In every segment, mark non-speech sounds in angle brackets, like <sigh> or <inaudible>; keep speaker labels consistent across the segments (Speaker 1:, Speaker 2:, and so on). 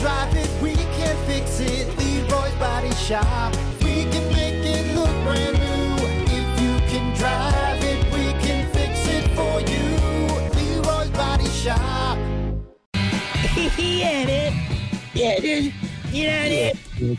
Speaker 1: drive it, we can fix it. Leroy's Body Shop. We can make it look brand new. If you can drive it, we can fix it for you. Leroy's Body Shop.
Speaker 2: <laughs> yeah, dude. Yeah, dude. Yeah, dude.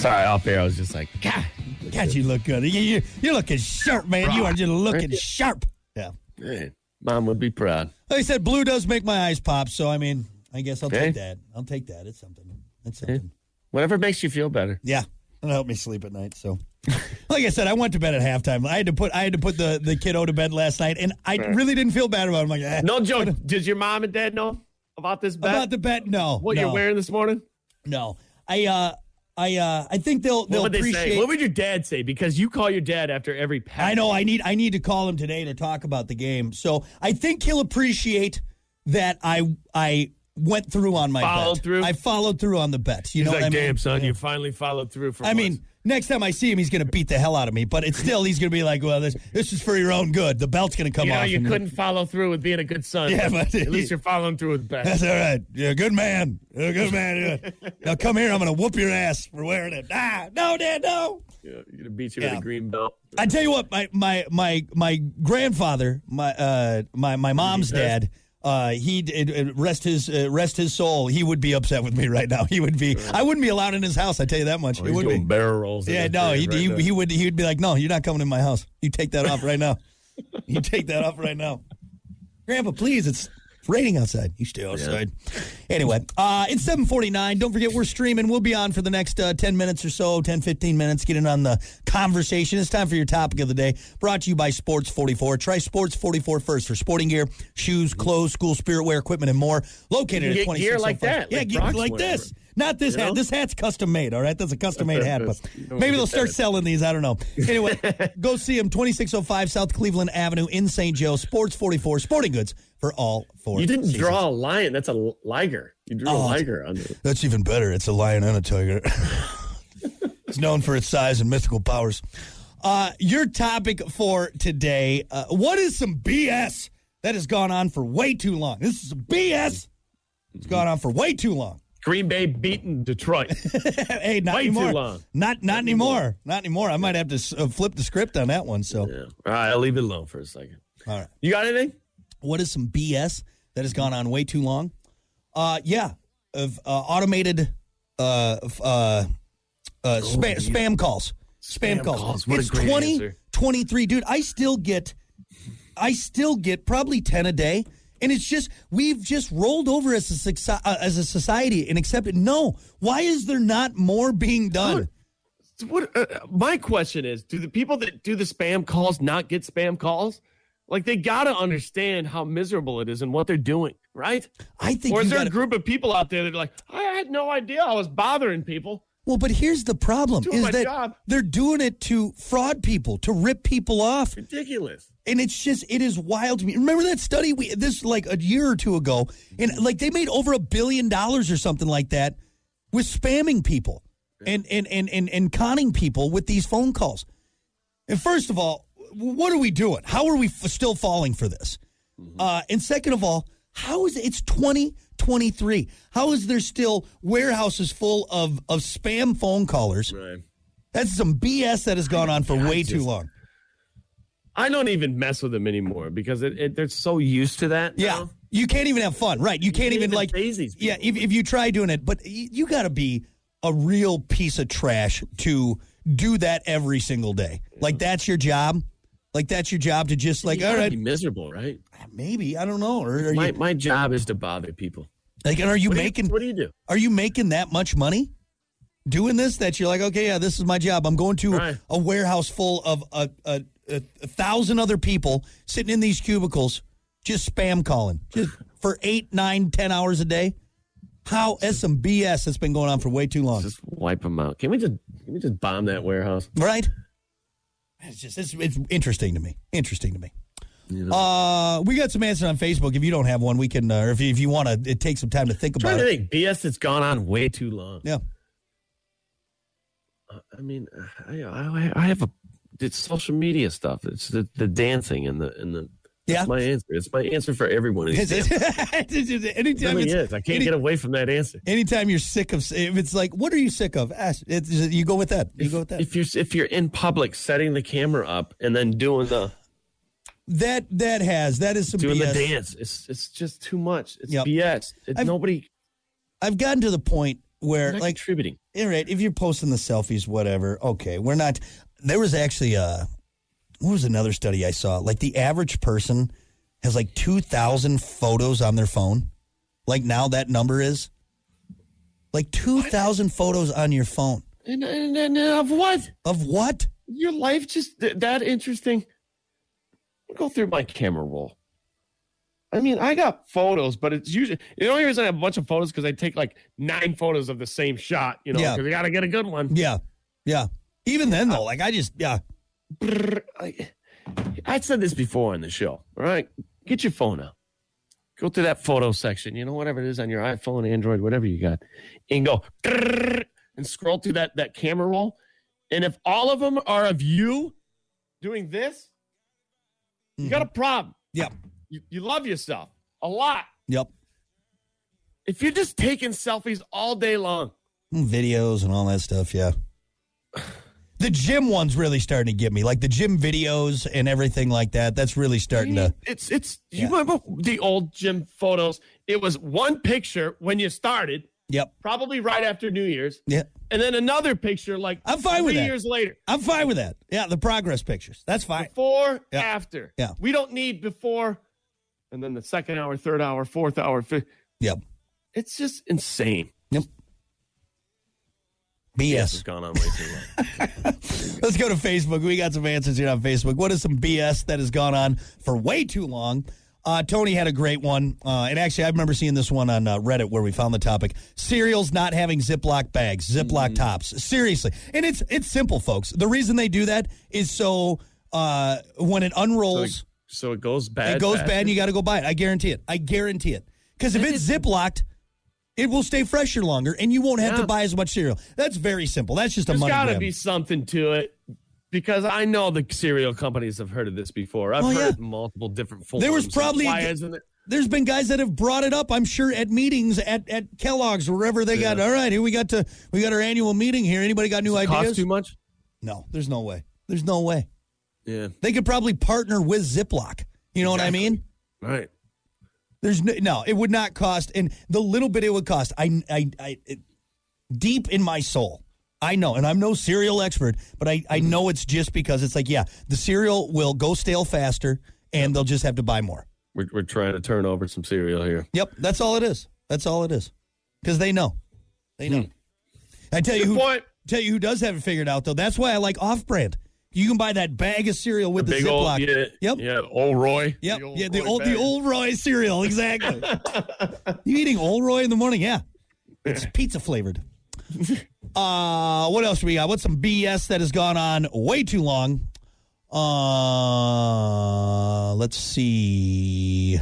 Speaker 3: Sorry, off air. I was just like,
Speaker 2: God, God, you look good. You, you, you're looking sharp, man. You are just looking sharp. Yeah.
Speaker 3: man, mom would be proud.
Speaker 2: Like I said, blue does make my eyes pop. So, I mean, I guess I'll
Speaker 3: Okay.
Speaker 2: take that. I'll take that. It's something. It's something.
Speaker 3: Whatever makes you feel better.
Speaker 2: Yeah. It'll help me sleep at night. So, <laughs> like I said, I went to bed at halftime. I had to put I had to put the, the kiddo to bed last night, and I really didn't feel bad about it. I'm like, eh.
Speaker 3: No
Speaker 2: <laughs>
Speaker 3: joke. Does your mom and dad know about this bet?
Speaker 2: about the bet. No,
Speaker 3: what
Speaker 2: no,
Speaker 3: you're wearing this morning?
Speaker 2: No, I uh, I uh, I think they'll
Speaker 3: What
Speaker 2: they'll
Speaker 3: would they
Speaker 2: appreciate.
Speaker 3: say? What would your dad say? Because you call your dad after every pass.
Speaker 2: I know I need I need to call him today to talk about the game. So I think he'll appreciate that I I went through on my
Speaker 3: Followed
Speaker 2: bet.
Speaker 3: through?
Speaker 2: I followed through on the bet.
Speaker 3: He's
Speaker 2: You know
Speaker 3: like,
Speaker 2: what I mean?
Speaker 3: damn, son, you finally followed through for
Speaker 2: I
Speaker 3: once."
Speaker 2: mean, next time I see him, he's going to beat the hell out of me. But it's still, he's going to be like, "Well, this this is for your own good. The belt's going to come
Speaker 3: you know,
Speaker 2: off."
Speaker 3: you
Speaker 2: and-
Speaker 3: couldn't follow through with being a good son.
Speaker 2: Yeah, but-
Speaker 3: at least you're following through with
Speaker 2: <laughs> That's
Speaker 3: bets.
Speaker 2: all right. You're a good man. You're a good man.
Speaker 3: <laughs>
Speaker 2: now come here. I'm going to whoop your ass for wearing it. Ah, no, Dad, no.
Speaker 3: You're gonna beat you
Speaker 2: Yeah.
Speaker 3: with a green belt.
Speaker 2: I tell you what, my my my my grandfather, my uh, my my mom's dad. Uh, he would rest his uh, rest his soul. He would be upset with me right now. <laughs> He would be. I wouldn't be allowed in his house. I tell you that much. it
Speaker 3: Oh, He's
Speaker 2: would
Speaker 3: doing
Speaker 2: be.
Speaker 3: barrel rolls. in
Speaker 2: Yeah,
Speaker 3: his
Speaker 2: no.
Speaker 3: grave
Speaker 2: He
Speaker 3: right
Speaker 2: he,
Speaker 3: now.
Speaker 2: he would he would be like, no, you're not coming in my house. You take that off right now. you take that off right now, Grandpa. Please, it's. It's raining outside. You stay outside. Anyway, uh, it's 749. Don't forget, we're streaming. We'll be on for the next uh, 10 minutes or so, 10, 15 minutes, getting on the conversation. It's time for your topic of the day, brought to you by Sports 44. Try Sports 44 first for sporting gear, shoes, clothes, school spirit wear, equipment, and more. Located
Speaker 3: You
Speaker 2: at
Speaker 3: can get
Speaker 2: 26
Speaker 3: gear like that,
Speaker 2: Yeah,
Speaker 3: like
Speaker 2: gear
Speaker 3: Bronx
Speaker 2: like
Speaker 3: wear.
Speaker 2: this. Not this
Speaker 3: You
Speaker 2: hat.
Speaker 3: know?
Speaker 2: This hat's custom made, all right? That's a custom made hat, but
Speaker 3: You <laughs> don't
Speaker 2: maybe
Speaker 3: get
Speaker 2: they'll start
Speaker 3: that.
Speaker 2: selling these. I
Speaker 3: <laughs>
Speaker 2: don't know. Anyway, go see them 2605 South Cleveland Avenue in St. Joe, Sports 44, sporting goods for all four.
Speaker 3: You didn't
Speaker 2: seasons.
Speaker 3: draw a lion. That's a l- liger. You drew
Speaker 2: Oh.
Speaker 3: a liger on it.
Speaker 2: That's even better. It's a lion and a tiger. <laughs> it's known for its size and mythical powers. Uh, your topic for today uh, what is some BS that has gone on for way too long? This is some BS. It's gone on for way too long.
Speaker 3: Green Bay beating Detroit.
Speaker 2: hey, not
Speaker 3: Way too
Speaker 2: anymore.
Speaker 3: long.
Speaker 2: Not not anymore. Not anymore. I might have to s- uh, flip the script on that one. So,
Speaker 3: yeah. All right, I'll leave it alone for a second.
Speaker 2: all right.
Speaker 3: You got anything?
Speaker 2: What is some BS that has gone on way too long? Uh, yeah, of uh, automated uh, f- uh, uh, spa- spam calls. Spam,
Speaker 3: Oh, Spam
Speaker 2: calls.
Speaker 3: calls. What a
Speaker 2: it's
Speaker 3: great
Speaker 2: 20,
Speaker 3: answer.
Speaker 2: 23. Dude, I still get, I still get probably 10 a day. And it's just, we've just rolled over as a, succi- uh, as a society and accepted, no, why is there not more being done?
Speaker 3: What? Uh, my question is: Do the people that do the spam calls not get spam calls? Like they gotta understand how miserable it is and what they're doing, right?
Speaker 2: I think
Speaker 3: Or is
Speaker 2: you
Speaker 3: there
Speaker 2: gotta-
Speaker 3: a group of people out there that are like, I had no idea I was bothering people?
Speaker 2: Well, but here's the problem
Speaker 3: Doing
Speaker 2: is
Speaker 3: my
Speaker 2: that
Speaker 3: job.
Speaker 2: they're doing it to fraud people, to rip people off.
Speaker 3: Ridiculous.
Speaker 2: And it's just it is wild to me. Remember that study we this like a year or two ago and like they made over a billion dollars or something like that with spamming people and and and and, and conning people with these phone calls. And first of all, w- what are we doing? How are we f- still falling for this? Uh, and second of all, how is it's 2023? How is there still warehouses full of of spam phone callers?
Speaker 3: Right.
Speaker 2: That's some BS that has gone on for way too long.
Speaker 3: I don't even mess with them anymore because it, it, they're so used to that.
Speaker 2: Yeah.
Speaker 3: now.
Speaker 2: You can't even have fun, right? You can't
Speaker 3: can't
Speaker 2: even
Speaker 3: even
Speaker 2: like
Speaker 3: phase these
Speaker 2: Yeah, if,
Speaker 3: people.
Speaker 2: if you try doing it, but y- you got to be a real piece of trash to do that every single day. Like that's your job. Like that's your job to just like
Speaker 3: You
Speaker 2: all
Speaker 3: gotta
Speaker 2: right,
Speaker 3: be miserable, right?
Speaker 2: maybe I don't know. Or are
Speaker 3: My,
Speaker 2: you
Speaker 3: my job is to bother people.
Speaker 2: like? And are you
Speaker 3: What do you-
Speaker 2: making?
Speaker 3: what do you do?
Speaker 2: Are you making that much money doing this that you're like, okay, yeah, this is my job. I'm going to
Speaker 3: Right.
Speaker 2: a warehouse full of a, a, a, a thousand other people sitting in these cubicles, just spam calling,
Speaker 3: <laughs>
Speaker 2: just for eight, nine, ten hours a day. How that's some BS that's been going on for way too long,
Speaker 3: Just wipe them out. Can we just can we just bomb that warehouse?
Speaker 2: right? It's just it's, it's interesting to me. Interesting to me.
Speaker 3: You know?
Speaker 2: Uh, we got some answers on Facebook. If you don't have one, we can, uh, or if you, if you want to, it takes some time to think
Speaker 3: trying
Speaker 2: about
Speaker 3: to
Speaker 2: it.
Speaker 3: think. BS that's gone on way too long.
Speaker 2: Yeah. <laughs>
Speaker 3: I mean, I, I, I have a it's social media stuff. It's the, the dancing and the and the
Speaker 2: Yeah.
Speaker 3: My answer. It's my answer for everyone.
Speaker 2: Is it?
Speaker 3: It
Speaker 2: anytime,
Speaker 3: really
Speaker 2: it's-
Speaker 3: is. I can't
Speaker 2: any-
Speaker 3: get away from that answer.
Speaker 2: anytime you're sick of, if it's like, what are you sick of? Ask, it's, you go with that. You go with that.
Speaker 3: If you're if you're in public setting the camera up and then doing the
Speaker 2: that that has that is some
Speaker 3: doing
Speaker 2: BS.
Speaker 3: the dance, it's it's just too much. It's
Speaker 2: Yep.
Speaker 3: BS. It's
Speaker 2: I've-
Speaker 3: nobody
Speaker 2: I've gotten to the point where,
Speaker 3: not
Speaker 2: like,
Speaker 3: contributing.
Speaker 2: all right, if you're posting the selfies, whatever, okay, we're not. There was actually a, what was another study I saw? Like the average person has like 2,000 photos on their phone. Like now that number is like 2,000 photos on your phone.
Speaker 3: And, and, and of what?
Speaker 2: Of what?
Speaker 3: Your life just th- that interesting? I'll go through my camera roll. I mean, I got photos, but it's usually the only reason I have a bunch of photos because I take like nine photos of the same shot, you know,
Speaker 2: Yeah.
Speaker 3: because I got to get a good one.
Speaker 2: Yeah. Yeah. Even then, though, like I just, yeah.
Speaker 3: Brr, I, I said this before on the show. All right, get your phone out. Go to that photo section, you know, whatever it is on your iPhone, Android, whatever you got, and go brr, and scroll through that that camera roll. And if all of them are of you doing this, you
Speaker 2: Mm-hmm.
Speaker 3: got a problem.
Speaker 2: Yep.
Speaker 3: You, you love yourself a lot.
Speaker 2: Yep.
Speaker 3: If you're just taking selfies all day long,
Speaker 2: Mm, videos and all that stuff. Yeah. The gym one's really starting to get me, like the gym videos and everything like that. That's really starting to.
Speaker 3: It's it's
Speaker 2: Yeah.
Speaker 3: you remember the old gym photos? It was one picture when you started,
Speaker 2: Yep.
Speaker 3: probably right after New Year's,
Speaker 2: Yeah.
Speaker 3: and then another picture like
Speaker 2: I'm fine with
Speaker 3: three
Speaker 2: that.
Speaker 3: years later.
Speaker 2: I'm fine with that. Yeah, the progress pictures. That's fine.
Speaker 3: Before,
Speaker 2: Yeah.
Speaker 3: after.
Speaker 2: Yeah.
Speaker 3: We don't need before and then the second hour, third hour, fourth hour, fifth.
Speaker 2: Yep.
Speaker 3: It's just insane.
Speaker 2: Yep.
Speaker 3: This has
Speaker 2: BS.
Speaker 3: gone on way too long.
Speaker 2: Let's go to Facebook. We got some answers here on Facebook. What is some BS that has gone on for way too long? Uh, Tony had a great one. Uh, and actually, I remember seeing this one on uh, Reddit where we found the topic cereals not having Ziploc bags,
Speaker 3: Mm.
Speaker 2: Ziploc tops. Seriously. And it's it's simple, folks. The reason they do that is so uh, when it unrolls.
Speaker 3: so it goes bad.
Speaker 2: It goes
Speaker 3: fast.
Speaker 2: bad, and you got to go buy it. I guarantee it. I guarantee it. Because if it's ziplocked, it will stay fresher longer, and you won't have to
Speaker 3: Yeah.
Speaker 2: buy as much cereal. That's very simple. That's just a
Speaker 3: There's
Speaker 2: money
Speaker 3: got to
Speaker 2: grab.
Speaker 3: be something to it because I know the cereal companies have heard of this before. I've
Speaker 2: Oh, yeah.
Speaker 3: heard multiple different forms.
Speaker 2: There was
Speaker 3: and
Speaker 2: probably a
Speaker 3: why
Speaker 2: g-
Speaker 3: isn't it?
Speaker 2: There's been guys that have brought it up. I'm sure at meetings at, at Kellogg's, wherever they got. All right, here we got to we got our annual meeting here. Anybody got new
Speaker 3: cost
Speaker 2: ideas?
Speaker 3: too much?
Speaker 2: no, there's no way. There's no way.
Speaker 3: Yeah.
Speaker 2: They could probably partner with Ziploc. You know what I mean?
Speaker 3: Right.
Speaker 2: There's no, no, it would not cost, and the little bit it would cost, I, I, I it, deep in my soul, I know, and I'm no cereal expert, but I, I know it's just because it's like, yeah, the cereal will go stale faster, and they'll just have to buy more.
Speaker 3: We're, we're trying to turn over some cereal here.
Speaker 2: Yep, that's all it is. That's all it is, because they know, they know. I tell you
Speaker 3: Hmm. Good
Speaker 2: who,
Speaker 3: point.
Speaker 2: tell you who does have it figured out though. That's why I like off-brand. You can buy that bag of cereal with the,
Speaker 3: Big
Speaker 2: Ziploc.
Speaker 3: old, yeah,
Speaker 2: Yep.
Speaker 3: yeah, old Roy.
Speaker 2: Yep. yeah, the
Speaker 3: Roy
Speaker 2: old
Speaker 3: bag.
Speaker 2: the old Roy cereal, exactly. you eating old Roy in the morning? Yeah. It's pizza flavored. Uh what else we got? What's some BS that has gone on way too long? Uh let's see.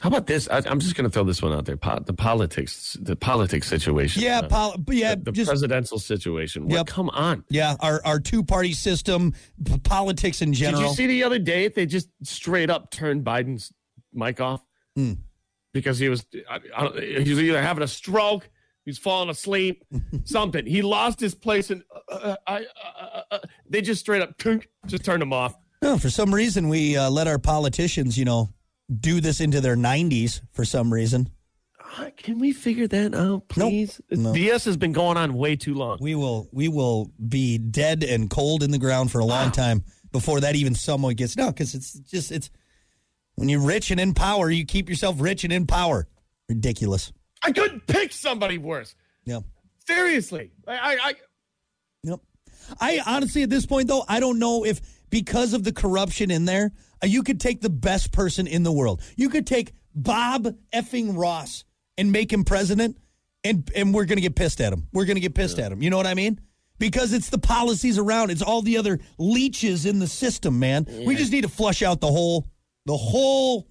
Speaker 3: How about this? I, I'm just going to throw this one out there. Po- the politics, the politics situation.
Speaker 2: Yeah,
Speaker 3: Uh,
Speaker 2: pol- yeah,
Speaker 3: the
Speaker 2: just
Speaker 3: presidential situation.
Speaker 2: Yep.
Speaker 3: Well, come on.
Speaker 2: yeah, our our two party system, p- politics in
Speaker 3: Did
Speaker 2: general.
Speaker 3: you see the other day they just straight up turned Biden's mic off
Speaker 2: Hmm.
Speaker 3: because he was I, I don't, he was either having a stroke, he was falling
Speaker 2: <laughs>
Speaker 3: asleep, something. He lost his place, and uh, uh, I uh, uh, they just straight up tunk, just turned him off.
Speaker 2: No, for some reason we uh, let our politicians, you know, do this into their 90s for some reason.
Speaker 3: Uh, Can we figure that out, please?
Speaker 2: No.
Speaker 3: BS has been going on way too long.
Speaker 2: We will we will be dead and cold in the ground for a long time before that even someone gets no, because it's just it's when you're rich and in power, you keep yourself rich and in power. Ridiculous.
Speaker 3: I couldn't pick somebody worse.
Speaker 2: Yeah.
Speaker 3: Seriously, I, I, I
Speaker 2: Yep. I honestly, at this point, though, I don't know if because of the corruption in there, uh, you could take the best person in the world. You could take Bob effing Ross and make him president, and and we're gonna get pissed at him. We're gonna get pissed at him. You know what I mean? Because it's the policies around. It's all the other leeches in the system, man. We just need to flush out the whole the whole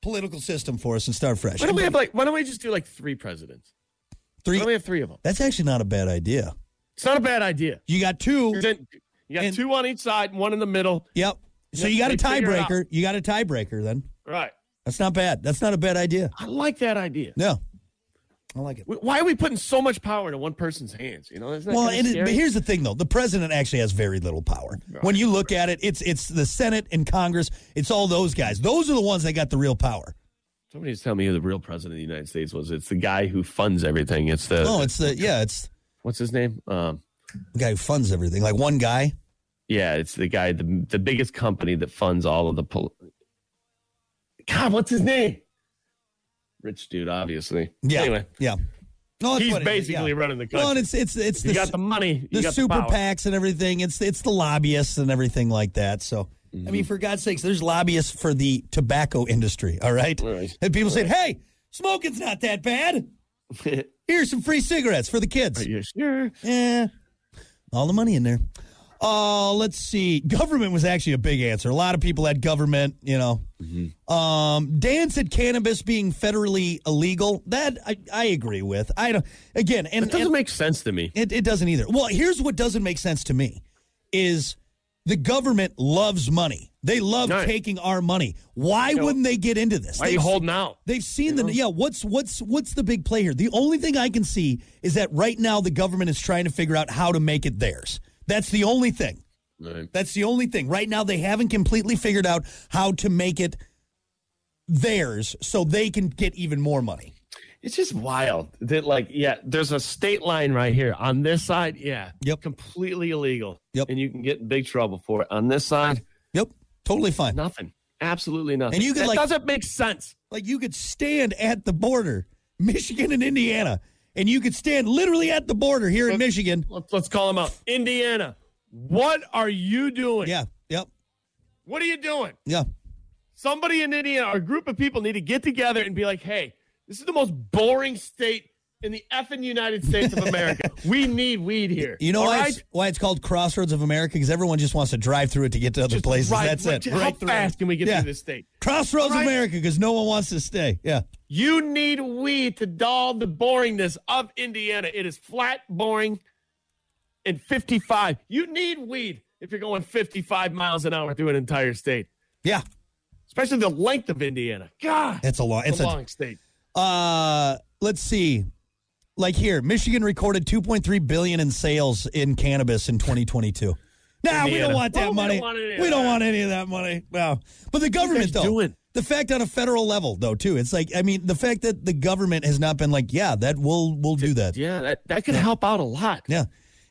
Speaker 2: political system for us and start fresh.
Speaker 3: why don't we have like why don't we just do like three presidents? Why
Speaker 2: Three.
Speaker 3: don't we have three of them?
Speaker 2: That's actually not a bad idea.
Speaker 3: It's not a bad idea.
Speaker 2: You got two.
Speaker 3: Then you got
Speaker 2: And-
Speaker 3: two on each side, one in the middle.
Speaker 2: Yep. So you got a
Speaker 3: They figure it out.
Speaker 2: tiebreaker. You got a tiebreaker then.
Speaker 3: Right.
Speaker 2: That's not bad. That's not a bad idea.
Speaker 3: I like that idea.
Speaker 2: No. I like it.
Speaker 3: Wh- Why are we putting so much power into one person's hands? You know, isn't that
Speaker 2: Well,
Speaker 3: kinda
Speaker 2: it is, but
Speaker 3: scary?
Speaker 2: here's the thing, though: the president actually has very little power. When you look at it, it's it's the Senate and Congress. It's all those guys. Those are the ones that got the real power.
Speaker 3: Somebody just tell me who the real president of the United States was. It's the guy who funds everything. It's the
Speaker 2: No, Oh, it's the yeah, it's
Speaker 3: what's his name? Um,
Speaker 2: the guy who funds everything. Like one guy.
Speaker 3: yeah, it's the guy the the biggest company that funds all of the pol- God, what's his name? Rich dude, obviously.
Speaker 2: Yeah,
Speaker 3: Anyway,
Speaker 2: yeah. No, that's
Speaker 3: he's
Speaker 2: what it is,
Speaker 3: basically
Speaker 2: yeah.
Speaker 3: running the country.
Speaker 2: Well, and it's it's it's
Speaker 3: you
Speaker 2: the,
Speaker 3: got the money. You
Speaker 2: the
Speaker 3: got
Speaker 2: super
Speaker 3: the power.
Speaker 2: PACs and everything. It's it's the lobbyists and everything like that. So I
Speaker 3: Mm-hmm.
Speaker 2: mean, for God's sakes, there's lobbyists for the tobacco industry. All right,
Speaker 3: All right.
Speaker 2: and people said, "Hey, smoking's not
Speaker 3: <laughs>
Speaker 2: that bad. Here's some free cigarettes for the kids."
Speaker 3: Are you sure?
Speaker 2: Yeah. All the money in there. Uh, let's see. Government was actually a big answer. A lot of people had government, you know.
Speaker 3: Mm-hmm.
Speaker 2: Um, Dan said cannabis being federally illegal. That I, I agree with. I don't, again, and,
Speaker 3: It doesn't
Speaker 2: and
Speaker 3: make sense to me.
Speaker 2: it, it doesn't either. Well, here's what doesn't make sense to me is the government loves money. They love
Speaker 3: Right.
Speaker 2: taking our money. Why wouldn't they get into this?
Speaker 3: Why are you
Speaker 2: They've-
Speaker 3: holding out?
Speaker 2: They've seen the yeah. What's what's what's the big play here? The only thing I can see is that right now the government is trying to figure out how to make it theirs. That's the only thing.
Speaker 3: Right.
Speaker 2: That's the only thing. Right now they haven't completely figured out how to make it theirs, so they can get even more money.
Speaker 3: It's just wild that, like, yeah, there's a state line right here on this side. Yeah,
Speaker 2: Yep.
Speaker 3: completely illegal.
Speaker 2: Yep.
Speaker 3: and you can get in big trouble for it. On this side,
Speaker 2: Yep, totally fine.
Speaker 3: nothing, absolutely nothing.
Speaker 2: And you could,
Speaker 3: That
Speaker 2: like-
Speaker 3: doesn't make sense.
Speaker 2: Like you could stand at the border, Michigan and Indiana, and you could stand literally at the border here in Michigan.
Speaker 3: Let's, let's call them out. Indiana, what are you doing?
Speaker 2: Yeah, yep,
Speaker 3: what are you doing?
Speaker 2: yeah.
Speaker 3: Somebody in Indiana or a group of people need to get together and be like, hey, this is the most boring state in the effing United States of
Speaker 2: <laughs>
Speaker 3: America. we need weed here.
Speaker 2: You know
Speaker 3: All
Speaker 2: why,
Speaker 3: right?
Speaker 2: it's, why it's called Crossroads of America? Because everyone just wants to drive through it to get to other
Speaker 3: Just
Speaker 2: places.
Speaker 3: right-
Speaker 2: That's it.
Speaker 3: How fast can we get
Speaker 2: Yeah.
Speaker 3: through this state?
Speaker 2: Crossroads of
Speaker 3: Right.
Speaker 2: America because no one wants to stay. Yeah.
Speaker 3: You need weed to dull the boringness of Indiana. It is flat, boring, and 55. You need weed if you're going 55 miles an hour through an entire state,
Speaker 2: Yeah.
Speaker 3: especially the length of Indiana. God,
Speaker 2: It's a long.
Speaker 3: it's
Speaker 2: It's
Speaker 3: a
Speaker 2: a,
Speaker 3: long state.
Speaker 2: uh let's see. Like here, Michigan recorded 2.3 billion in sales in cannabis in 2022. Nah, we
Speaker 3: Indiana.
Speaker 2: don't want that
Speaker 3: Well, we
Speaker 2: money.
Speaker 3: don't want any of
Speaker 2: we don't
Speaker 3: that.
Speaker 2: want any of that money. No. But the government
Speaker 3: guys
Speaker 2: though.
Speaker 3: doing?
Speaker 2: The fact on a federal level though too. It's like I mean, the fact that the government has not been like, yeah, that we'll we'll do that.
Speaker 3: Yeah, that, that could help out a lot.
Speaker 2: Yeah.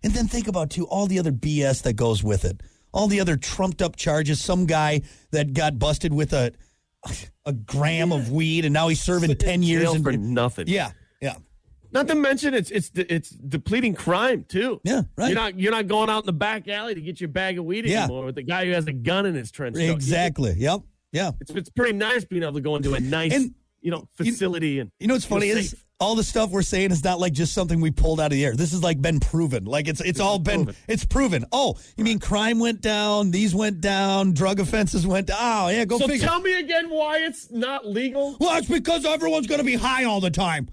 Speaker 2: And then think about too all the other BS that goes with it. All the other trumped up charges. Some guy that got busted with a a gram of weed and now he's serving ten years
Speaker 3: Jail
Speaker 2: in
Speaker 3: for nothing.
Speaker 2: Yeah. Yeah.
Speaker 3: Not to mention it's it's it's depleting crime too.
Speaker 2: Yeah, right.
Speaker 3: You're not you're not going out in the back alley to get your bag of weed
Speaker 2: Yeah.
Speaker 3: anymore with the guy who has a gun in his trench. coat.
Speaker 2: Exactly. Yep. Yeah.
Speaker 3: It's, it's pretty nice being able to go into a nice
Speaker 2: And-
Speaker 3: you know facility and
Speaker 2: You know what's funny
Speaker 3: You're
Speaker 2: is
Speaker 3: safe.
Speaker 2: all the stuff we're saying is not like just something we pulled out of the air. This has like been proven. Like it's it's all been
Speaker 3: proven.
Speaker 2: it's proven. Oh, you mean crime went down, these went down, drug offenses went down. Oh yeah, go
Speaker 3: So
Speaker 2: figure.
Speaker 3: tell me again why it's not legal.
Speaker 2: Well, it's because everyone's going to be high all the time.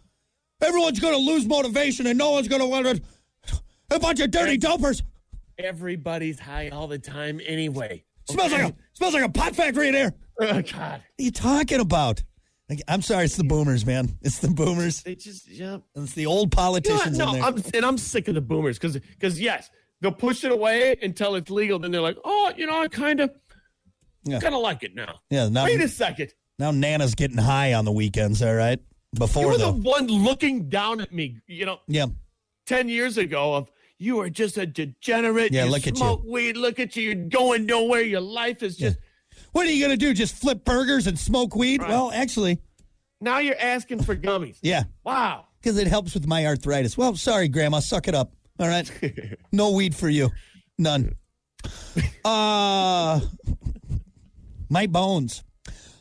Speaker 2: Everyone's going to lose motivation and no one's going to want to. A bunch of dirty dopers.
Speaker 3: Everybody's high all the time anyway.
Speaker 2: Smells like a smells like a pot factory in here. What
Speaker 3: <laughs> Oh God.
Speaker 2: are you talking about? Like, I'm sorry, it's the boomers, man. It's the boomers.
Speaker 3: They just yeah.
Speaker 2: It's the old
Speaker 3: You know what?
Speaker 2: politicians in
Speaker 3: no,
Speaker 2: there.
Speaker 3: I'm, and I'm sick of the boomers because because yes, they'll push it away until it's legal. Then they're like, oh, you know, I kind of
Speaker 2: Yeah.
Speaker 3: kind of like it now.
Speaker 2: yeah, now,
Speaker 3: Wait a second.
Speaker 2: now Nana's getting high on the weekends. All right,
Speaker 3: You
Speaker 2: before
Speaker 3: were the
Speaker 2: though,
Speaker 3: one looking down at me, you know,
Speaker 2: yeah,
Speaker 3: ten years ago. Of you are just a degenerate.
Speaker 2: Yeah,
Speaker 3: you
Speaker 2: look at
Speaker 3: smoke weed. Look at you. You're going nowhere. Your life is just.
Speaker 2: what are you gonna do? Just flip burgers and smoke weed?
Speaker 3: Right.
Speaker 2: Well, actually,
Speaker 3: Now you're asking for
Speaker 2: <laughs>
Speaker 3: gummies.
Speaker 2: yeah,
Speaker 3: Wow.
Speaker 2: because it helps with my arthritis. Well, sorry, Grandma, suck it up. All
Speaker 3: <laughs>
Speaker 2: right, no weed for you, none. Uh, my bones.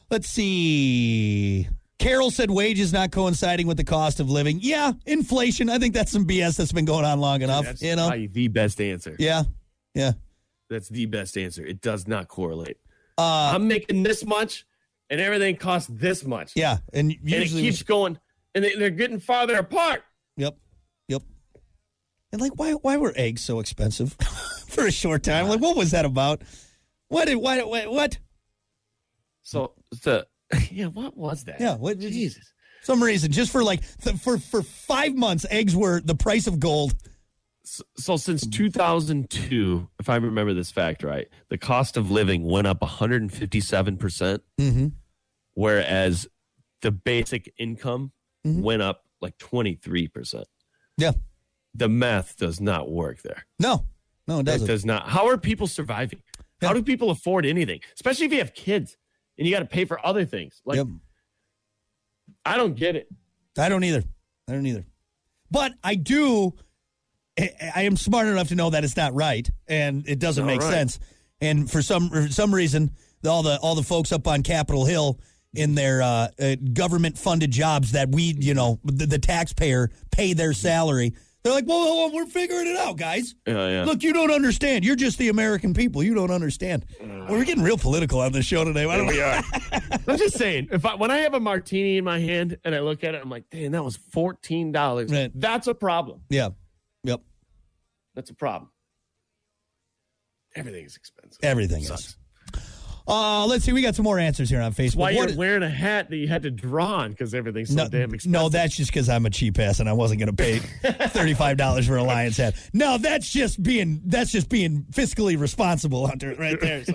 Speaker 2: Let's see. Carol said wages not coinciding with the cost of living. Yeah, inflation. I think that's some BS that's been going on long enough.
Speaker 3: That's
Speaker 2: you know.
Speaker 3: probably the best answer.
Speaker 2: yeah, yeah.
Speaker 3: That's the best answer. It does not correlate.
Speaker 2: Uh,
Speaker 3: I'm making this much, and everything costs this much.
Speaker 2: Yeah,
Speaker 3: and
Speaker 2: and
Speaker 3: it
Speaker 2: usually,
Speaker 3: keeps going, and they, they're getting farther apart.
Speaker 2: yep, yep. <laughs> And like, why why were eggs so expensive for a short time? Like, what was that about? What? did- What? What? What?
Speaker 3: So <laughs> the yeah, what was that?
Speaker 2: Yeah, what-
Speaker 3: Jesus.
Speaker 2: Some reason, just for like th- for for five months, eggs were the price of gold.
Speaker 3: So since 2002, if I remember this fact right, the cost of living went up 157 percent,
Speaker 2: Mm-hmm.
Speaker 3: whereas the basic income went up like 23 percent.
Speaker 2: Mm-hmm. Yeah.
Speaker 3: The math does not work there.
Speaker 2: No. No, it
Speaker 3: That
Speaker 2: doesn't.
Speaker 3: does not. How are people surviving? How
Speaker 2: Yeah.
Speaker 3: do people afford anything? Especially if you have kids and you got to pay for other things. Like
Speaker 2: Yep.
Speaker 3: I don't get it.
Speaker 2: I don't either. I don't either. But I do. I I am smart enough to know that it's not right, and it doesn't
Speaker 3: Not
Speaker 2: make
Speaker 3: right.
Speaker 2: sense. And for some for some reason, all the all the folks up on Capitol Hill in their uh, uh, government funded jobs that we, you know, the, the taxpayer pay their salary. They're like, whoa, whoa, whoa, we're figuring it out, guys.
Speaker 3: Yeah, yeah.
Speaker 2: Look, you don't understand. You're just the American people. You don't understand.
Speaker 3: Mm.
Speaker 2: We're getting real political on this show today. Why don't we
Speaker 3: I'm just saying, if I, when I have a martini in my hand and I look at it, I'm like, "Damn, that was fourteen dollars.
Speaker 2: Right.
Speaker 3: That's a problem.
Speaker 2: Yeah. Yep.
Speaker 3: That's a problem. Everything's expensive.
Speaker 2: Everything
Speaker 3: Sucks.
Speaker 2: is. Uh, let's see. We got some more answers here on Facebook.
Speaker 3: Why
Speaker 2: What-
Speaker 3: you're wearing a hat that you had to draw on because everything's so
Speaker 2: no,
Speaker 3: damn expensive?
Speaker 2: no, that's just because I'm a cheap ass and I wasn't going
Speaker 3: <laughs>
Speaker 2: to pay thirty-five dollars for a lion's head. No, that's just being that's just being fiscally responsible, Hunter, right there.
Speaker 3: <laughs>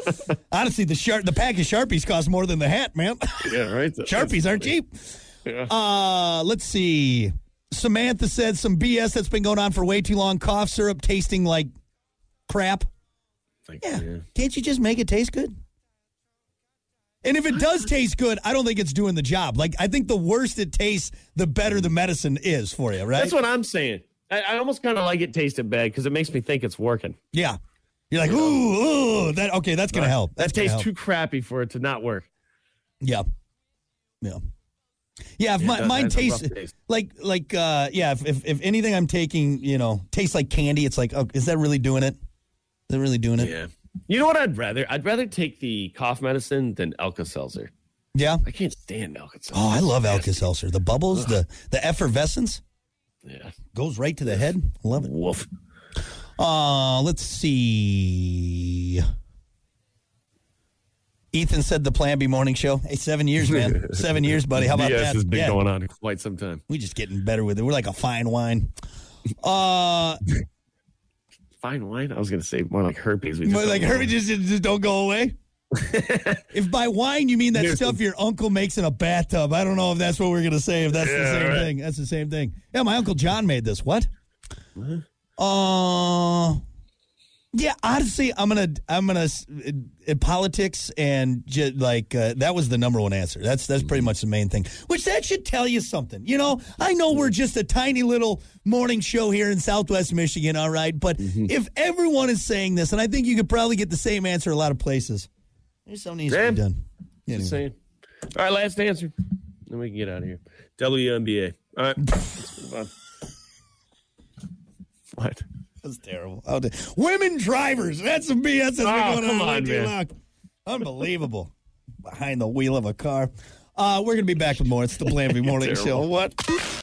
Speaker 2: So. Honestly, the sharp the pack of sharpies cost more than the hat, man. <laughs>
Speaker 3: yeah, right. That's-
Speaker 2: Sharpies aren't cheap. Uh, let's see. Samantha said some BS that's been going on for way too long. Cough syrup tasting like crap.
Speaker 3: Like,
Speaker 2: Yeah. Can't you just make it taste good? And if it does taste good, I don't think it's doing the job. Like I think the worse it tastes, the better the medicine is for you, right?
Speaker 3: That's what I'm saying. I, I almost kind of like it tasted bad because it makes me think it's working.
Speaker 2: yeah. You're like, ooh, ooh, that okay, that's gonna help. That's
Speaker 3: That
Speaker 2: gonna
Speaker 3: tastes
Speaker 2: help.
Speaker 3: too crappy for it to not work.
Speaker 2: Yeah. Yeah. Yeah, if
Speaker 3: Yeah,
Speaker 2: my,
Speaker 3: that-
Speaker 2: mine
Speaker 3: that's a rough
Speaker 2: tastes
Speaker 3: taste.
Speaker 2: like like uh yeah, if, if if anything I'm taking, you know, tastes like candy, it's like, oh, is that really doing it? Is that really doing it?
Speaker 3: Yeah. You know what I'd rather? I'd rather take the cough medicine than Alka Seltzer.
Speaker 2: Yeah?
Speaker 3: I can't stand Alka Seltzer.
Speaker 2: Oh, I love Alka Seltzer. The bubbles, the the effervescence
Speaker 3: Yeah.
Speaker 2: goes right to the head. Love it.
Speaker 3: Woof.
Speaker 2: Uh, let's see. Ethan said the Plan B morning show. Hey, seven
Speaker 3: <laughs>
Speaker 2: years, man. seven years, buddy. How about
Speaker 3: DS
Speaker 2: that?
Speaker 3: has been
Speaker 2: Yeah,
Speaker 3: going on quite some time.
Speaker 2: We just getting better with it. We're like a fine wine.
Speaker 3: <laughs>
Speaker 2: Uh,
Speaker 3: Fine wine? I was going to say more like herpes. We
Speaker 2: but
Speaker 3: just
Speaker 2: like
Speaker 3: don't
Speaker 2: Herbie just, just don't
Speaker 3: <laughs>
Speaker 2: go away. if by wine you mean that
Speaker 3: Here's
Speaker 2: stuff your uncle makes in a bathtub, I don't know if that's what we're gonna say. If that's the
Speaker 3: Yeah,
Speaker 2: same
Speaker 3: right.
Speaker 2: thing, that's the same thing. Yeah, my uncle John made this. What? Uh, yeah. Honestly, I'm gonna I'm gonna s- in- in politics and ju- like uh, that was the number one answer. That's that's pretty much the main thing. Which that should tell you something. You know, I know we're just a tiny little morning show here in Southwest Michigan. All right, but if everyone is saying this, and I think you could probably get the same answer a lot of places. There's something needs to be
Speaker 3: Yeah.
Speaker 2: done.
Speaker 3: Just
Speaker 2: Anyway.
Speaker 3: saying. All right, last answer. Then we can get out of here. WNBA. All <laughs> right. Let's move on. What?
Speaker 2: <laughs> That's terrible. How da- Women drivers. That's some BS that's been
Speaker 3: Oh,
Speaker 2: going
Speaker 3: come
Speaker 2: on, way
Speaker 3: on,
Speaker 2: too
Speaker 3: man.
Speaker 2: long. Unbelievable.
Speaker 3: <laughs>
Speaker 2: Behind the wheel of a car. Uh, we're going to be back with more. It's the Plan B Morning Show.
Speaker 3: Terrible.
Speaker 2: What?